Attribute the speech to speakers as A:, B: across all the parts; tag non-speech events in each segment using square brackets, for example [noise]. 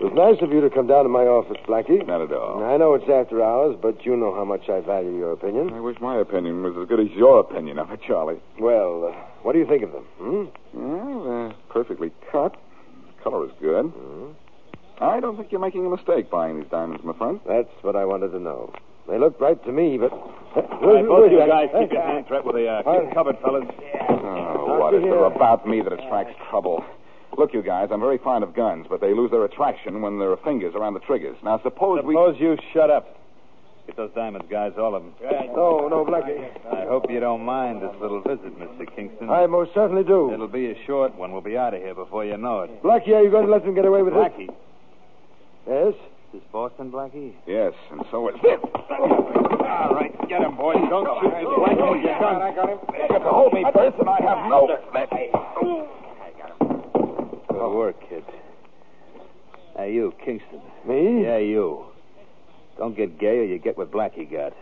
A: It was nice of you to come down to my office, Blackie.
B: Not at all.
A: I know it's after hours, but you know how much I value your opinion.
B: I wish my opinion was as good as your opinion of it, Charlie.
A: Well, uh, what do you think of them? Hmm?
B: Well, uh, Mm-hmm. perfectly cut. Color is good. I don't think you're making a mistake buying these diamonds, my friend.
A: That's what I wanted to know. They look right to me, but. [laughs]
C: right where they are.
D: uh,
A: Keep it
C: covered, fellas.
B: Oh, what is there about me that attracts trouble? Look, you guys, I'm very fond of guns, but they lose their attraction when there are fingers around the triggers. Now, suppose, we.
D: Suppose you shut up. Get those diamonds, guys, all of them.
A: No, no, Blackie.
D: I hope you don't mind this little visit, Mr. Kingston.
A: I most certainly do.
D: It'll be a short one. We'll be out of here before you know it.
A: Blackie, are you going to let them get away with
D: Blackie.
A: this? Yes?
D: This is Boston, Blackie?
B: Yes, and so is this.
D: All right, get him, boys. Don't shoot me, Blackie. You're done. I got him.
B: You got to hold me first, and I have no.
D: Good work, kid. Hey, you, Kingston.
A: Me?
D: Yeah, you. Don't get gay or you get what Blackie got.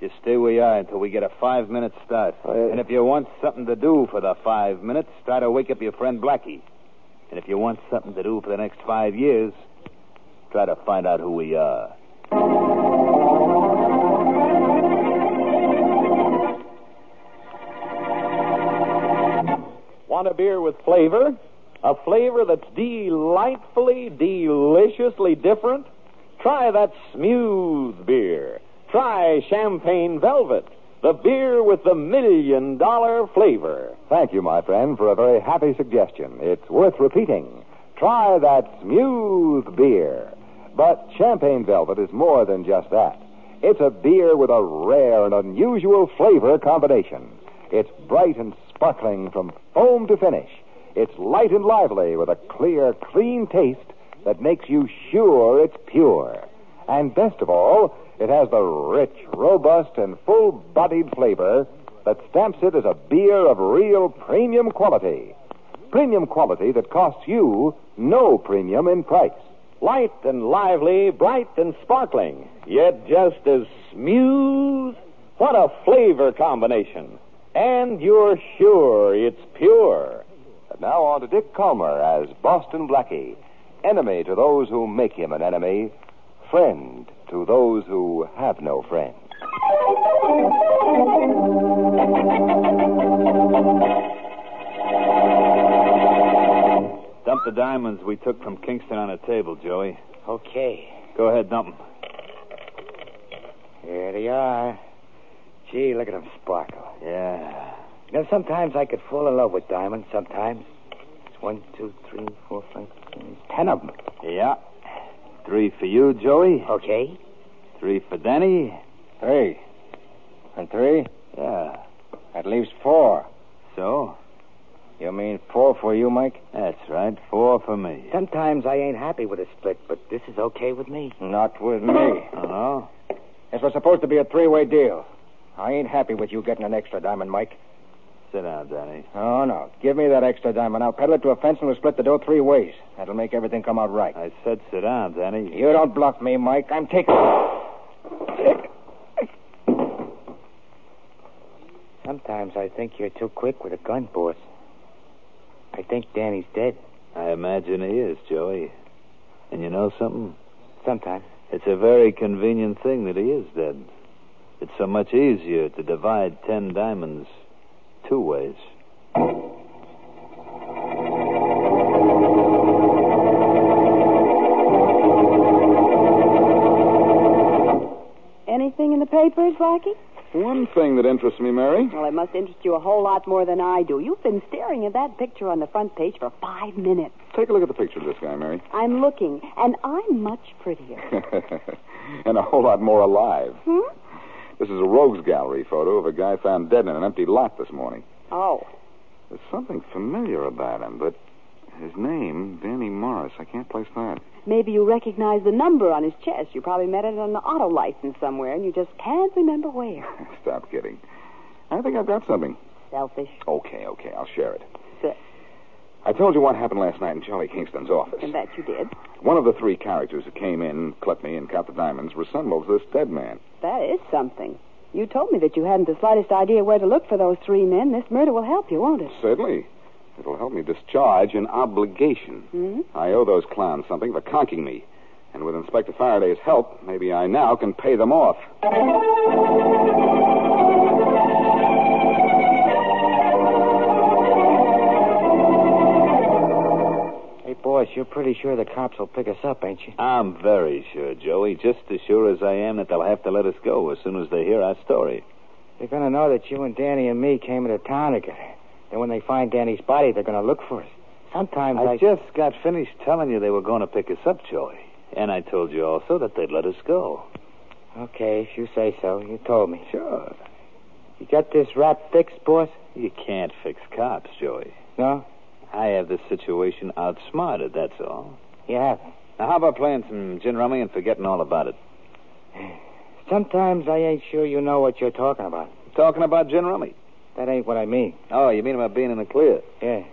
D: Just stay where you are until we get a five minute start.
A: I-
D: And if you want something to do for the five minutes, try to wake up your friend Blackie. And if you want something to do for the next five years, try to find out who we are.
E: Want a beer with flavor? A flavor that's delightfully, deliciously different? Try that smooth beer. Try Champagne Velvet, the beer with the million dollar flavor.
B: Thank you, my friend, for a very happy suggestion. It's worth repeating. Try that smooth beer. But Champagne Velvet is more than just that. It's a beer with a rare and unusual flavor combination. It's bright and sparkling from foam to finish. It's light and lively with a clear, clean taste that makes you sure it's pure. And best of all, it has the rich, robust, and full bodied flavor that stamps it as a beer of real premium quality. Premium quality that costs you no premium in price.
E: Light and lively, bright and sparkling, yet just as smooth. What a flavor combination. And you're sure it's pure.
B: And now on to Dick Calmer as Boston Blackie, enemy to those who make him an enemy, friend to those who have no friend. Dump the diamonds we took from Kingston on a table, Joey.
F: Okay.
B: Go ahead, dump them.
F: Here they are. Gee, look at them sparkle.
B: Yeah.
F: You know, sometimes I could fall in love with diamonds, sometimes. It's one, two, three, four, five, six, seven, eight, ten of them.
B: Yeah. Three for you, Joey.
F: Okay.
B: Three for Denny.
G: Three. And three?
B: Yeah.
G: That leaves four.
B: So?
G: You mean four for you, Mike?
B: That's right. Four for me.
F: Sometimes I ain't happy with a split, but this is okay with me. Uh-huh.
G: Not with me.
B: Oh?
G: This was supposed to be a three way deal. I ain't happy with you getting an extra diamond, Mike.
B: Sit down, Danny.
G: Oh, no. Give me that extra diamond. I'll peddle it to a fence and we'll split the dough three ways. That'll make everything come out right.
B: I said sit down, Danny.
G: You don't bluff me, Mike. I'm taking.
F: Sometimes I think you're too quick with a gun, boss. I think Danny's dead.
B: I imagine he is, Joey. And you know something?
F: Sometimes.
B: It's a very convenient thing that he is dead. It's so much easier to divide ten diamonds two ways.
H: Anything in the papers, Blackie?
D: One thing that interests me, Mary.
H: Well, it must interest you a whole lot more than I do. You've been staring at that picture on the front page for five minutes.
D: Take a look at the picture of this guy, Mary.
H: I'm looking, and I'm much prettier.
D: [laughs] and a whole lot more alive.
H: Hmm?
D: This is a rogues gallery photo of a guy found dead in an empty lot this morning.
H: Oh.
D: There's something familiar about him, but his name, Danny Morris, I can't place that. [laughs]
H: Maybe you recognize the number on his chest. You probably met it on the auto license somewhere, and you just can't remember where.
D: Stop kidding. I think I've got something.
H: Selfish.
D: Okay, okay, I'll share it.
H: Sick.
D: I told you what happened last night in Charlie Kingston's office.
H: And that you did.
D: One of the three characters that came in, clipped me, and got the diamonds resembles this dead man.
H: That is something. You told me that you hadn't the slightest idea where to look for those three men. This murder will help you, won't it?
D: Certainly. It'll help me discharge an obligation.
H: Hmm?
D: I owe those clowns something for conking me. And with Inspector Faraday's help, maybe I now can pay them off.
F: Hey, boss, you're pretty sure the cops will pick us up, ain't you?
B: I'm very sure, Joey, just as sure as I am that they'll have to let us go as soon as they hear our story.
F: They're gonna know that you and Danny and me came into town together. Then when they find Danny's body, they're gonna look for us. Sometimes I,
B: I just got finished telling you they were going to pick us up, Joey. And I told you also that they'd let us go.
F: Okay, if you say so. You told me.
B: Sure.
F: You got this rap fixed, boss?
B: You can't fix cops, Joey.
F: No?
B: I have this situation outsmarted, that's all.
F: You haven't.
B: Now, how about playing some gin rummy and forgetting all about it?
F: Sometimes I ain't sure you know what you're talking about.
B: Talking about gin rummy.
F: That ain't what I mean.
B: Oh, you mean about being in the clear?
F: Yeah.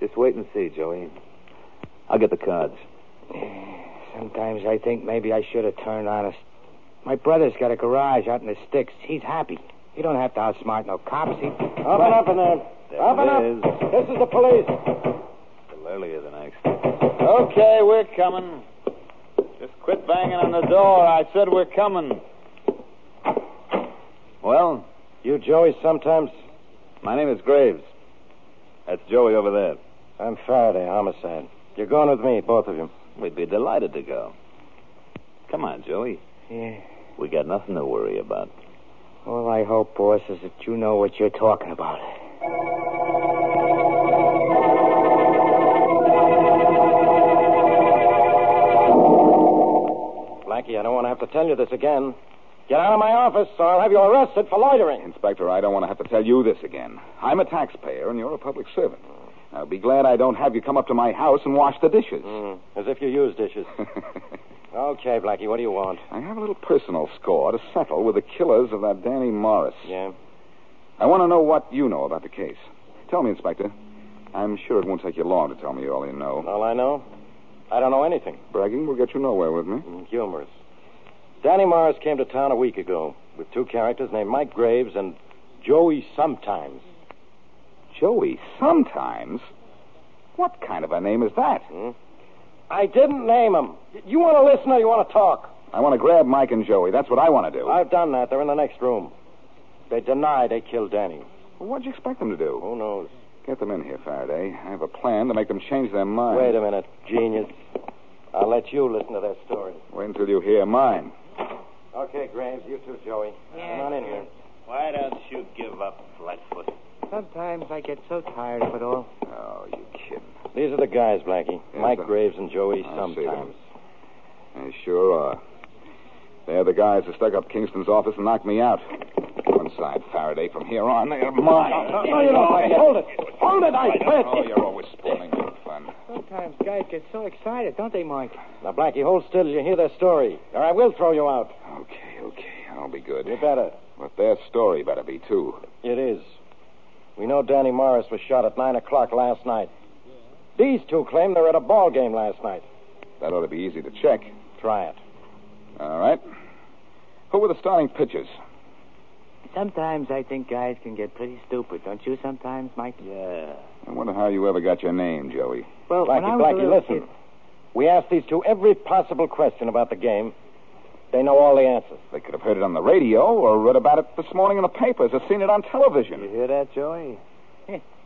B: Just wait and see, Joey. I'll get the cards.
F: Sometimes I think maybe I should have turned honest. My brother's got a garage out in the sticks. He's happy. He don't have to outsmart no cops. He... Up and up in there.
B: There
F: up and up.
B: it is.
F: This is the police.
B: A little earlier than I expected. Okay, we're coming. Just quit banging on the door. I said we're coming. Well,
G: You, Joey, sometimes.
B: my name is Graves. That's Joey over there.
G: I'm Faraday, homicide. You're going with me, both of you.
B: We'd be delighted to go. Come on, Joey.
F: Yeah.
B: We got nothing to worry about.
F: All I hope, boss, is that you know what you're talking about.
G: Blackie, I don't want to have to tell you this again. Get out of my office, or I'll have you arrested for loitering.
D: Inspector, I don't want to have to tell you this again. I'm a taxpayer, and you're a public servant. Now, be glad I don't have you come up to my house and wash the dishes.
G: Mm, as if you use dishes. [laughs] okay, Blackie, what do you want?
D: [laughs] I have a little personal score to settle with the killers of that Danny Morris.
G: Yeah?
D: I want to know what you know about the case. Tell me, Inspector. I'm sure it won't take you long to tell me all you know.
G: All I know? I don't know anything.
D: Bragging will get you nowhere with me.
G: Mm, Humorous. Danny Morris came to town a week ago with two characters named Mike Graves and Joey Sometimes.
D: Joey, sometimes. What kind of a name is that?
G: I didn't name them. You want to listen or you want to talk?
D: I want to grab Mike and Joey. That's what I want to do.
G: I've done that. They're in the next room. They deny they killed Danny.
D: Well, what'd you expect them to do?
B: Who knows?
D: Get them in here, Faraday. I have a plan to make them change their mind.
B: Wait a minute, genius. I'll let you listen to their story.
D: Wait until you hear mine.
B: Okay, Graves, you too, Joey.
I: Yeah.
B: Come on in here.
J: Why don't you give up, Flatfoot?
I: Sometimes I get so tired of it all.
D: Oh, you kidding.
B: These are the guys, Blackie.
D: Yes,
B: Mike
D: sir.
B: Graves and Joey
D: I see
B: sometimes.
D: They sure are. They're the guys that stuck up Kingston's office and knocked me out. One side, Faraday. From here on, they are mine.
I: No, no, you don't, Blackie. Hold it. Hold it, I said.
D: Oh, you're always spoiling good fun.
I: Sometimes guys get so excited, don't they, Mike?
B: Now, Blackie, hold still till you hear their story, or I will throw you out.
D: Okay, okay. I'll be good.
B: You better.
D: But their story better be, too.
B: It is. We know Danny Morris was shot at 9 o'clock last night. These two claim they were at a ball game last night.
D: That ought to be easy to check.
B: Try it.
D: All right. Who were the starting pitchers?
I: Sometimes I think guys can get pretty stupid, don't you? Sometimes, Mike.
B: Yeah.
D: I wonder how you ever got your name, Joey.
I: Well, when I was
B: Blackie,
I: a
B: Blackie,
I: little
B: listen.
I: kid-
B: We asked these two every possible question about the game. They know all the answers.
D: They could have heard it on the radio or read about it this morning in the papers or seen it on television.
J: You hear that,
I: [laughs]
J: Joey?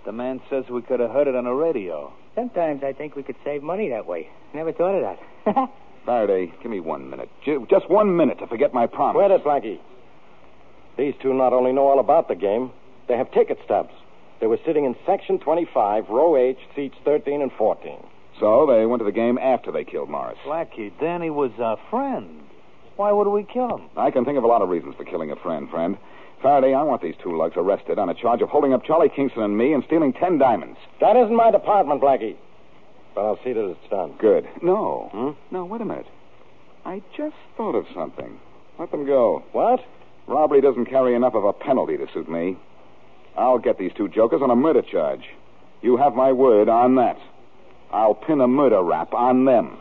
J: the man says we could have heard it on the radio.
I: Sometimes I think we could save money that way. Never thought of that.
D: Faraday, give me one minute. Ju- Just one minute to forget my promise.
B: Wait it, Blackie. These two not only know all about the game, they have ticket stubs. They were sitting in section 25, row H, seats 13 and 14.
D: So they went to the game after they killed Morris.
J: Blackie, Danny was our friend. Why would we kill him?
D: I can think of a lot of reasons for killing a friend, friend. Faraday, I want these two lugs arrested on a charge of holding up Charlie Kingston and me and stealing ten diamonds.
B: That isn't my department, Blackie. But I'll see that it's done.
D: Good. No.
K: Hmm?
D: No, wait a minute. I just thought of something. Let them go.
B: What?
D: Robbery doesn't carry enough of a penalty to suit me. I'll get these two jokers on a murder charge. You have my word on that. I'll pin a murder rap on them.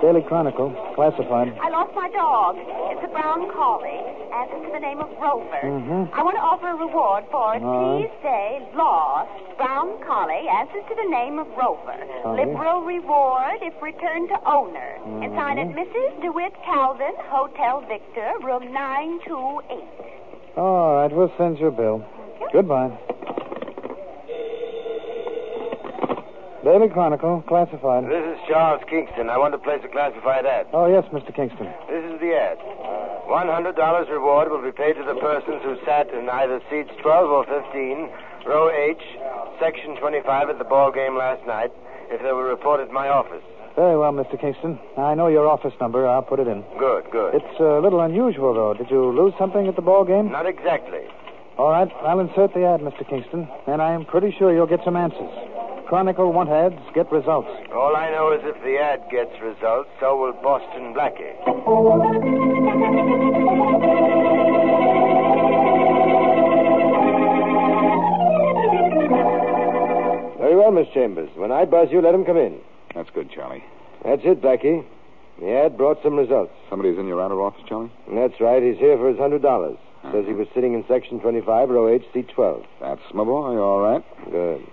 K: Daily Chronicle, classified.
H: I lost my dog. It's a brown collie, and it's to the name of Rover.
K: Mhm.
H: I want to offer a reward for it.
K: All right.
H: Please say lost brown collie, as is to the name of Rover.
K: Collie.
H: Liberal reward if returned to owner.
K: Mm-hmm.
H: And sign it Mrs. DeWitt Calvin, Hotel Victor, room 928.
K: All right, we'll send you a bill. Goodbye. Daily Chronicle, classified.
L: This is Charles Kingston. I want to place a classified ad.
K: Oh, yes, Mr. Kingston.
L: This is the ad. $100 reward will be paid to the persons who sat in either seats 12 or 15, row H, section 25 at the ball game last night, if they were reported to my office.
K: Very well, Mr. Kingston. I know your office number. I'll put it in.
L: Good, good.
K: It's a little unusual, though. Did you lose something at the ball game?
L: Not exactly.
K: All right, I'll insert the ad, Mr. Kingston, and I'm pretty sure you'll get some answers. Chronicle want ads, get results.
L: All I know is if the ad gets results, so will Boston Blackie.
B: Very well, Miss Chambers. When I buzz you, let him come in.
D: That's good, Charlie.
B: That's it, Blackie. The ad brought some results.
D: Somebody's in your outer office, Charlie?
B: And that's right. He's here for his hundred dollars. Says he was sitting in section twenty-five, row H, seat twelve.
D: That's my boy, all right.
B: Good.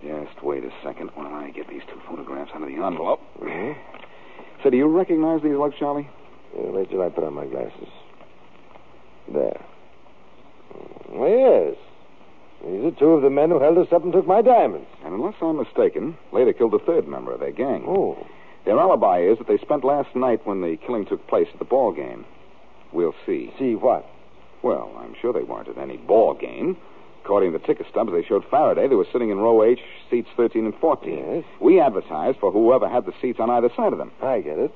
D: Just wait a second while I get these two photographs out of the envelope.
B: Mm-hmm.
D: So, do you recognize these lugs, Charlie?
B: Yeah, wait till I put on my glasses. There. Oh, yes. These are two of the men who held us up and took my diamonds.
D: And unless I'm mistaken, later killed a third member of their gang.
B: Oh.
D: Their alibi is that they spent last night when the killing took place at the ball game. We'll see.
B: See what?
D: Well, I'm sure they weren't at any ball game. According to the ticket stubs they showed Faraday, they were sitting in row H, seats 13 and 14. Yes. We advertised for whoever had the seats on either side of them.
B: I get it.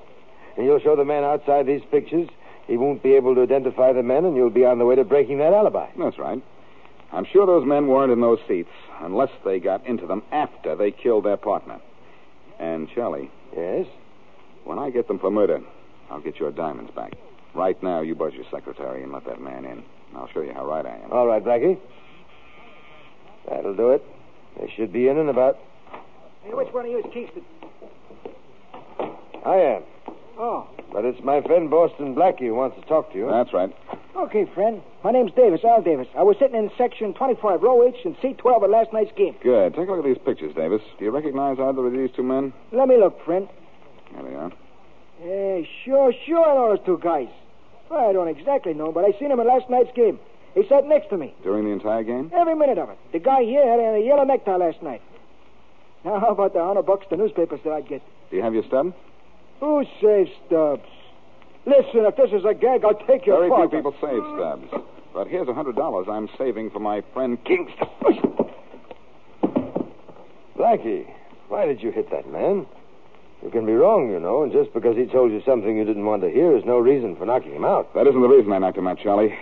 L: And you'll show the man outside these pictures. He won't be able to identify the men, and you'll be on the way to breaking that alibi.
D: That's right. I'm sure those men weren't in those seats unless they got into them after they killed their partner. And, Charlie.
B: Yes?
D: When I get them for murder, I'll get your diamonds back. Right now, you buzz your secretary and let that man in. I'll show you how right I am.
B: All right, Blackie.
L: That'll do it. They should be in and about.
I: Hey, which one of you is Kingston?
L: I am.
I: Oh,
M: Oh.
L: But it's my friend Boston Blackie who wants to talk to you.
D: That's right.
M: Okay, friend. My name's Davis, Al Davis. I was sitting in section 25, row H and seat 12 at last night's game.
D: Good. Take a look at these pictures, Davis. Do you recognize either of these two men?
M: Let me look, friend.
D: There they are.
M: Yeah,
K: Oh,
M: sure, sure, I know those two guys. Well, I don't exactly know, but I seen him at last night's game. He sat next to me,
D: During the entire game?
M: every minute of it. The guy here had a yellow necktie last night. Now, how about the hundred bucks the newspapers said I'd get?
D: Do you have your stub?
M: Who saves Stubbs? Listen, if this is a gag, I'll take your
D: Very
M: part.
D: few people save stubs. But here's a hundred dollars I'm saving for my friend Kingston.
N: Blackie, why did you hit that man? You can be wrong, you know, and just because he told you something you didn't want to hear is no reason for knocking him out.
D: That isn't the reason I knocked him out, Charlie.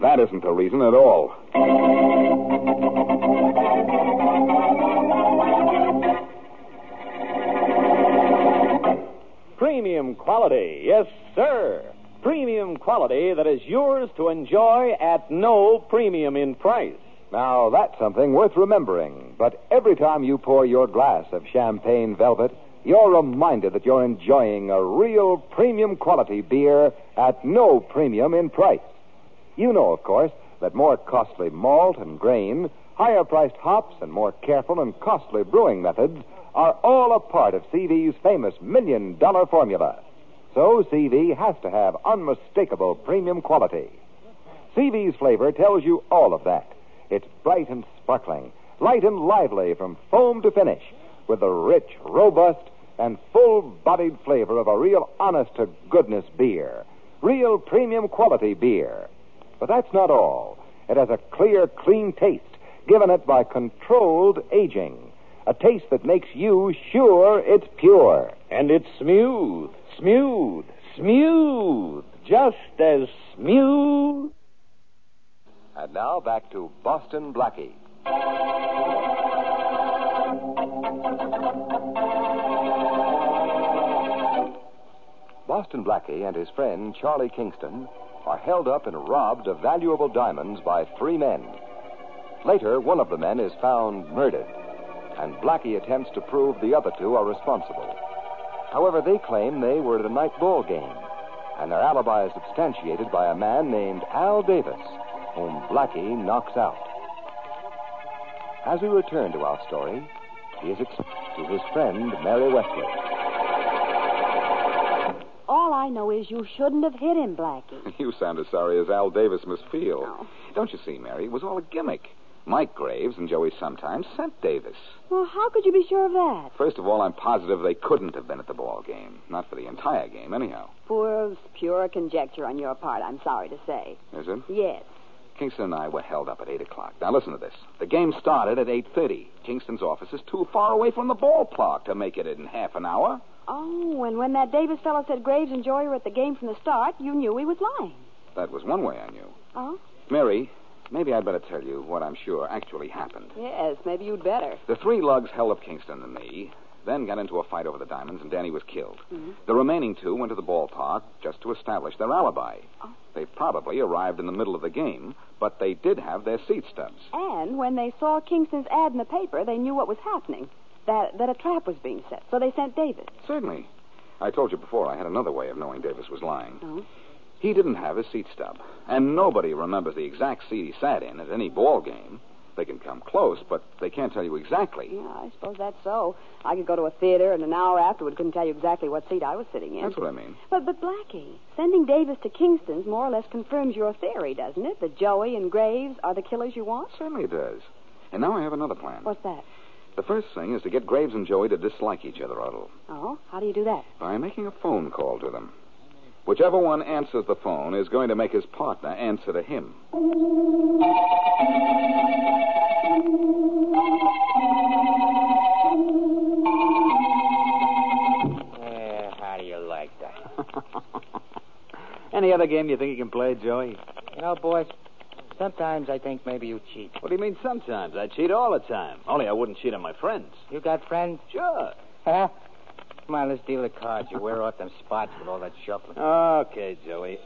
D: That isn't the reason at all.
O: Premium quality, yes, sir. Premium quality that is yours to enjoy at no premium in price.
B: Now, that's something worth remembering. But every time you pour your glass of champagne velvet, you're reminded that you're enjoying a real premium quality beer at no premium in price. You know, of course, that more costly malt and grain, higher priced hops, and more careful and costly brewing methods are all a part of CV's famous million dollar formula. So CV has to have unmistakable premium quality. CV's flavor tells you all of that. It's bright and sparkling, light and lively from foam to finish, with the rich, robust, and full bodied flavor of a real honest to goodness beer. Real premium quality beer. But that's not all. It has a clear, clean taste, given it by controlled aging. A taste that makes you sure it's pure.
O: And it's smooth, smooth, smooth, just as smooth.
B: And now back to Boston Blackie. Boston Blackie and his friend Charlie Kingston are held up and robbed of valuable diamonds by three men. Later, one of the men is found murdered, and Blackie attempts to prove the other two are responsible. However, they claim they were at a night ball game, and their alibi is substantiated by a man named Al Davis, whom Blackie knocks out. As we return to our story, he is explained to his friend Mary Westwood.
H: All I know is you shouldn't have hit him, Blackie.
D: [laughs] You sound as sorry as Al Davis must feel. Don't you see, Mary? It was all a gimmick. Mike Graves and Joey sometimes sent Davis.
H: Well, how could you be sure of that?
D: First of all, I'm positive they couldn't have been at the ball game. Not for the entire game, anyhow.
H: Poor, pure conjecture on your part, I'm sorry to say.
D: Is it?
H: Yes.
D: Kingston and I were held up at eight o'clock. Now listen to this. The game started at eight thirty. Kingston's office is too far away from the ballpark to make it in half an hour.
H: Oh, and when that Davis fellow said Graves and Joy were at the game from the start, you knew he was lying.
D: That was one way I knew.
H: Oh?
D: Mary, maybe I'd better tell you what I'm sure actually happened.
H: Yes, maybe you'd better.
D: The three lugs held up Kingston and me, then got into a fight over the diamonds, and Danny was killed.
H: Mm-hmm.
D: The remaining two went to the ballpark just to establish their alibi.
H: Oh.
D: They probably arrived in the middle of the game, but they did have their seat stubs.
H: And when they saw Kingston's ad in the paper, they knew what was happening. That, that a trap was being set, so they sent Davis.
D: Certainly. I told you before I had another way of knowing Davis was lying.
H: Oh.
D: He didn't have his seat stub, and nobody remembers the exact seat he sat in at any ball game. They can come close, but they can't tell you exactly.
H: Yeah, I suppose that's so. I could go to a theater, and an hour afterward couldn't tell you exactly what seat I was sitting in.
D: That's what I mean.
H: But, but Blackie, sending Davis to Kingston's more or less confirms your theory, doesn't it? That Joey and Graves are the killers you want?
D: Certainly it does. And now I have another plan.
H: What's that?
D: The first thing is to get Graves and Joey to dislike each other a little
H: Oh, how do you do that?
D: by making a phone call to them. Whichever one answers the phone is going to make his partner answer to him.
P: Yeah, how do you like that?
Q: [laughs] Any other game you think you can play, Joey?
P: you know, boys, sometimes I think maybe you cheat.
Q: What do you mean sometimes? I cheat all the time. Only I wouldn't cheat on my friends.
P: You got friends?
Q: Sure.
P: Huh? Come on, let's deal the cards. You wear off them spots with all that shuffling.
Q: Okay, Joey.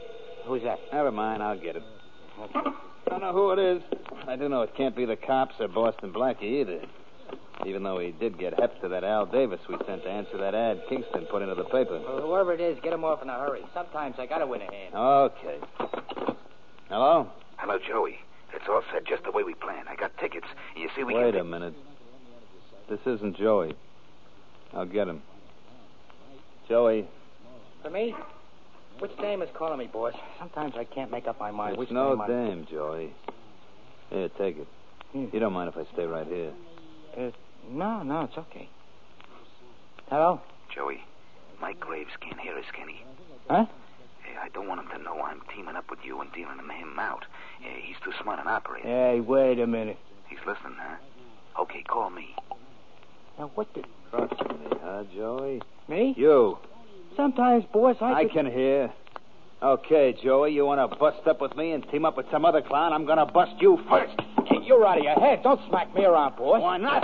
P: Who's that?
Q: Never mind, I'll get it. I don't know who it is. I do know it can't be the cops or Boston Blackie either. Even though he did get hep to that Al Davis we sent to answer that ad Kingston put into the paper.
P: Well, whoever it is, get him off in a hurry. Sometimes I gotta win a hand.
Q: Okay.
B: Hello?
R: Hello, Joey. It's all set just the way we planned. I got tickets. You see, we
B: Wait
R: can...
B: a minute. This isn't Joey. I'll get him. Joey,
F: For me? Which dame is calling me, boss? Sometimes I can't make up my mind
B: it's
F: which
B: no
F: dame. I-
B: dame, Joey. Here, take it. You don't mind if I stay right here.
F: Uh, no, no, it's okay. Hello?
R: Joey, Mike Graves can't hear us, can he?
F: Huh?
R: Yeah, I don't want him to know I'm teaming up with you and dealing him- him out. Yeah, he's too smart an operator.
F: Hey, wait a minute.
R: He's listening, huh? Okay, call me.
F: Now, what the...
B: Trust me, huh, Joey?
F: Me?
B: You.
F: Sometimes, boss, I...
B: I
F: could-
B: can hear. Okay, Joey, you want to bust up with me and team up with some other clown? I'm going to bust you first.
F: Hey, you're out of your head. Don't smack me around, boss.
R: Why not?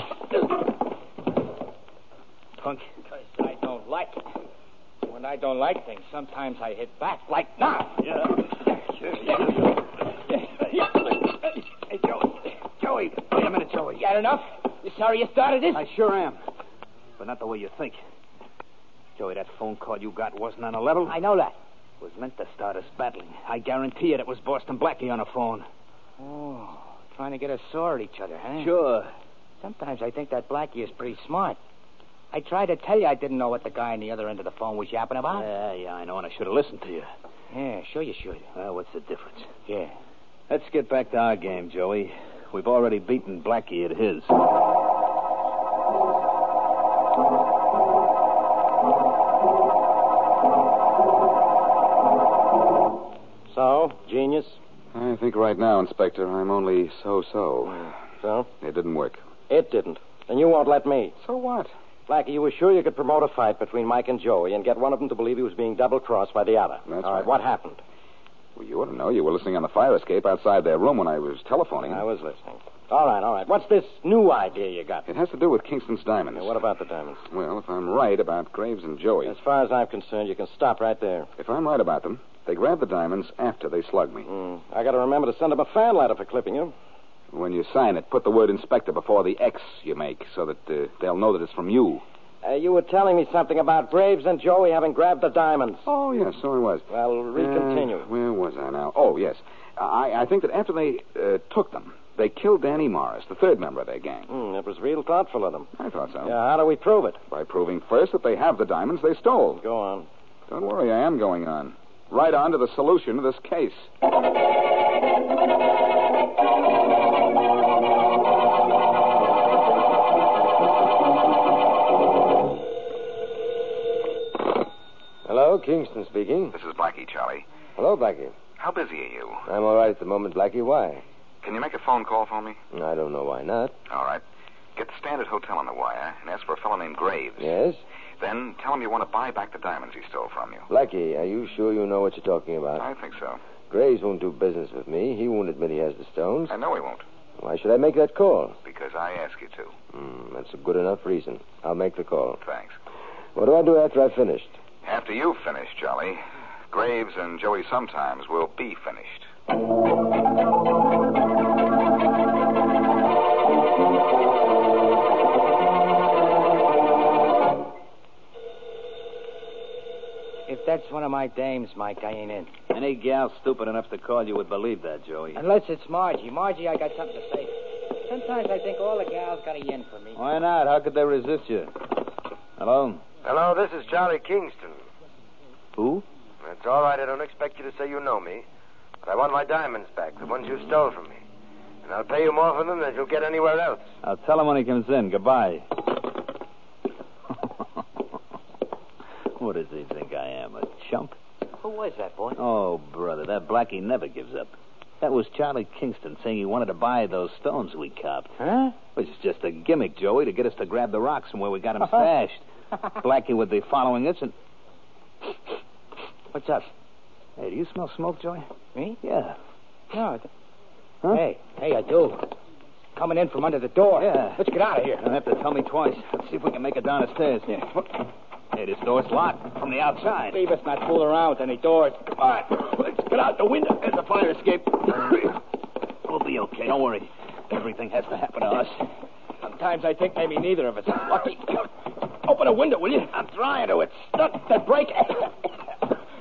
F: Punk. Because I don't like it. When I don't like things, sometimes I hit back, like now. Yeah. Hey, Joey. Joey, wait a minute, Joey. You had enough? You sorry you started this?
R: I sure am. But not the way you think. Joey, that phone call you got wasn't on a level.
F: I know that.
R: It was meant to start us battling. I guarantee it. It was Boston Blackie on the phone.
F: Oh, trying to get us sore at each other, huh?
R: Sure.
F: Sometimes I think that Blackie is pretty smart. I tried to tell you I didn't know what the guy on the other end of the phone was yapping about.
R: Yeah, yeah, I know, and I should have listened to you.
F: Yeah, sure you should.
R: Well, what's the difference?
F: Yeah.
B: Let's get back to our game, Joey. We've already beaten Blackie at his.
S: So, genius?
D: I think right now, Inspector, I'm only so so.
S: So?
D: It didn't work.
S: It didn't. And you won't let me.
D: So what?
S: Blackie, you were sure you could promote a fight between Mike and Joey and get one of them to believe he was being double crossed by the other.
D: That's
S: All right,
D: right.
S: what happened?
D: Well, you ought to know. You were listening on the fire escape outside their room when I was telephoning.
S: I was listening. All right, all right. What's this new idea you got?
D: It has to do with Kingston's diamonds.
S: Now, what about the diamonds?
D: Well, if I'm right about Graves and Joey.
S: As far as I'm concerned, you can stop right there.
D: If I'm right about them, they grabbed the diamonds after they slugged me.
G: Hmm.
S: I gotta remember to send him a fan letter for clipping you.
D: When you sign it, put the word inspector before the X you make so that uh, they'll know that it's from you.
S: Uh, you were telling me something about Graves and Joey having grabbed the diamonds.
D: Oh, yes, so I was.
S: Well, recontinue.
D: Uh, where was I now? Oh, yes. I, I think that after they uh, took them, they killed Danny Morris, the third member of their gang.
S: Hmm, it was real thoughtful of them.
D: I thought so.
S: Yeah, how do we prove it?
D: By proving first that they have the diamonds they stole.
S: Go on.
D: Don't worry, I am going on. Right on to the solution of this case.
G: Hello, Kingston speaking.
R: This is Blackie, Charlie.
G: Hello, Blackie.
R: How busy are you?
G: I'm all right at the moment, Blackie. Why?
R: Can you make a phone call for me?
G: I don't know why not.
R: All right. Get the Standard Hotel on the wire and ask for a fellow named Graves.
G: Yes?
R: Then tell him you want to buy back the diamonds he stole from you.
G: Blackie, are you sure you know what you're talking about?
R: I think so.
G: Graves won't do business with me. He won't admit he has the stones.
R: I know he won't,
G: Why should I make that call?
R: because I ask you to.
G: Hmm, that's a good enough reason. I'll make the call.
R: Thanks.
G: What do I do after I've finished?
R: After you finish, Charlie, Graves and Joey sometimes will be finished.
F: If that's one of my dames, Mike, I ain't in.
B: Any gal stupid enough to call you would believe that, Joey.
F: Unless it's Margie. Margie, I got something to say. Sometimes I think all the gals got a yen for me.
B: Why not? How could they resist you? Hello?
T: Hello, this is Charlie Kingston.
B: Who?
T: It's all right. I don't expect you to say you know me, but I want my diamonds back, the ones you stole from me. And I'll pay you more for them than you'll get anywhere else.
B: I'll tell him when he comes in. Goodbye. what does he think I am, a chump?
F: Who was that boy?
B: Oh, brother, that Blackie never gives up. That was Charlie Kingston saying he wanted to buy those stones we copped.
F: Huh?
B: Which is just a gimmick, Joey, to get us to grab the rocks from where
F: [laughs]
B: we got 'em stashed. Blackie would be following us and. What's up? Hey, do you smell smoke, Joey?
F: Me?
B: Yeah.
F: No. it-
B: Huh?
F: Hey, hey, I do. Coming in from under the door.
B: Yeah.
F: Let's get out of here.
B: You don't have to tell me twice. Let's see if we can make it down the stairs. Yeah. Hey, this door's locked from the outside.
F: Leave us not fool around with any doors. Come on. Let's get out the window.
B: There's a fire escape. We'll be okay. Don't worry. Everything has to happen to us.
F: Sometimes I think maybe neither of us is lucky. Open a window, will you? I'm trying to. It's stuck. The brake. I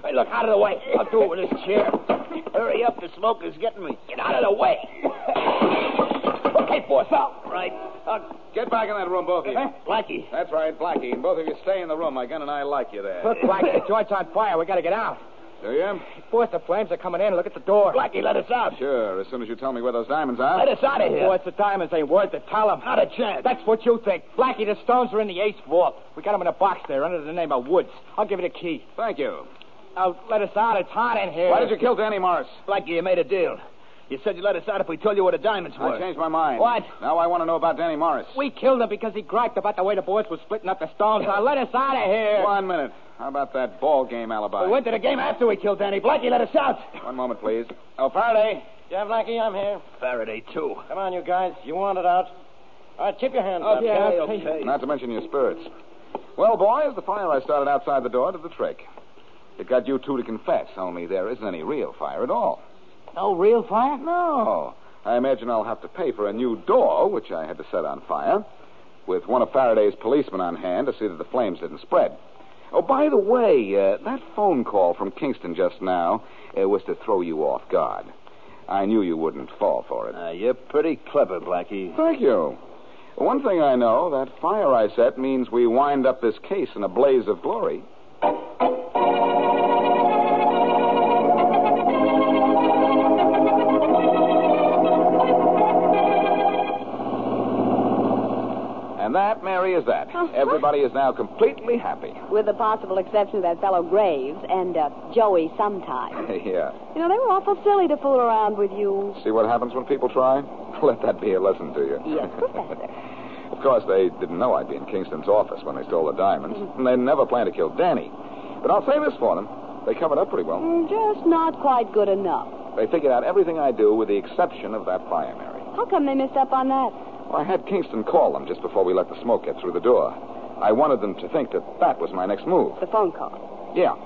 B: Hey, look, out of the way. I'll do it with this chair. Hurry up, the smoke is getting me. Get out of the way. Okay, boss, out. Right. Uh,
D: Get back in that room, both of you.
B: Blackie.
D: That's right, Blackie. And both of you stay in the room. My gun and I like you there.
F: Look, Blackie, the joint's on fire. We gotta get out.
D: Do you?
F: Boys, the flames are coming in. Look at the door.
B: Blackie, let us out.
D: Sure, as soon as you tell me where those diamonds are.
F: Let us out of here. Boys, the diamonds ain't worth it. Tell them.
B: Not a chance.
F: That's what you think. Blackie, the stones are in the ace vault. We got them in a box there under the name of Woods. I'll give you the key.
D: Thank you.
F: Now, let us out. It's hot in here.
D: Why did you kill Danny Morris?
B: Blackie, you made a deal. You said you let us out if we told you where the diamonds were.
D: I changed my mind.
B: What?
D: Now I want to know about Danny Morris.
F: We killed him because he griped about the way the boys were splitting up the stones. Now, let us out of here.
D: One minute. How about that ball game alibi?
F: We went to the game after we killed Danny. Blackie, let us out.
D: One moment, please. Oh, Faraday.
U: Yeah, Blackie, I'm here.
B: Faraday, too.
U: Come on, you guys. You want it out. All right, keep your hands up.
F: Okay,
U: guys.
F: okay.
D: Not to mention your spirits. Well, boys, the fire I started outside the door did the trick. It got you two to confess, only there isn't any real fire at all.
U: No real fire?
D: No. I imagine I'll have to pay for a new door, which I had to set on fire, with one of Faraday's policemen on hand to see that the flames didn't spread. Oh, by the way, uh, that phone call from Kingston just now uh, was to throw you off guard. I knew you wouldn't fall for it.
B: Uh, you're pretty clever, Blackie.
D: Thank you. One thing I know that fire I set means we wind up this case in a blaze of glory. And that, Mary, is that. Everybody is now completely happy. [laughs]
H: With the possible exception of that fellow Graves and uh, Joey sometime.
D: yeah.
H: You know, they were awful silly to fool around with you.
D: See what happens when people try? [laughs] Let that be a lesson to you.
H: Yes, Professor.
D: Of course, they didn't know I'd be in Kingston's office when they stole the diamonds, and they never planned to kill Danny. But I'll say this for them they covered up pretty well.
H: Mm, Just not quite good enough.
D: They figured out everything I do with the exception of that fire, Mary.
H: How come they missed up on that?
D: Well, I had Kingston call them just before we let the smoke get through the door. I wanted them to think that that was my next move.
H: The phone call.
D: Yeah.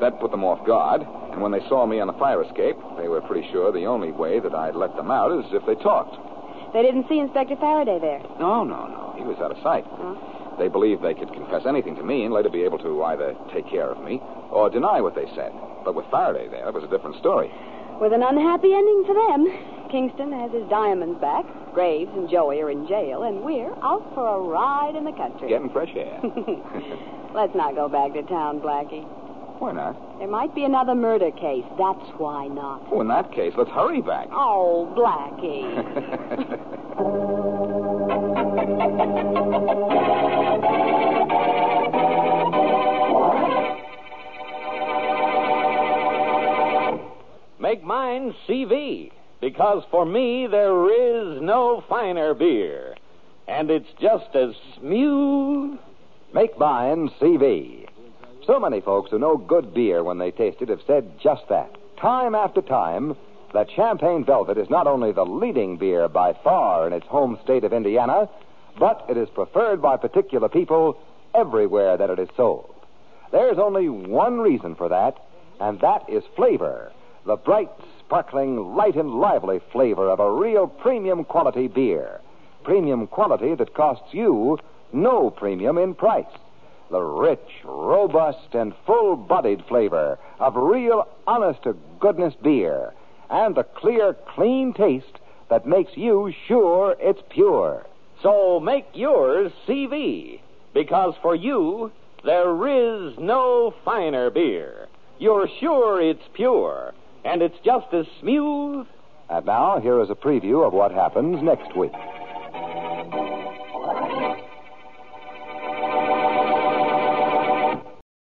D: That put them off guard, and when they saw me on the fire escape, they were pretty sure the only way that I'd let them out is if they talked.
H: They didn't see Inspector Faraday there.
D: No, no, no. He was out of sight. They believed they could confess anything to me and later be able to either take care of me or deny what they said. But with Faraday there, it was a different story.
H: With an unhappy ending for them. Kingston has his diamonds back. Graves and Joey are in jail, and we're out for a ride in the country.
D: Getting fresh air.
H: Let's not go back to town, Blackie.
D: Why not?
H: There might be another murder case. That's why not.
D: Oh, in that case, let's hurry back.
H: Oh, Blackie.
E: Make mine CV, because for me there is no finer beer. And it's just as smooth.
V: Make mine CV. So many folks who know good beer when they taste it have said just that, time after time, that Champagne Velvet is not only the leading beer by far in its home state of Indiana, but it is preferred by particular people everywhere that it is sold. There's only one reason for that, and that is flavor. The bright, sparkling, light and lively flavor of a real premium quality beer. Premium quality that costs you no premium in price. The rich, robust, and full bodied flavor of real, honest to goodness beer. And the clear, clean taste that makes you sure it's pure.
E: So make yours CV, because for you, there is no finer beer. You're sure it's pure, and it's just as smooth.
V: And now, here is a preview of what happens next week.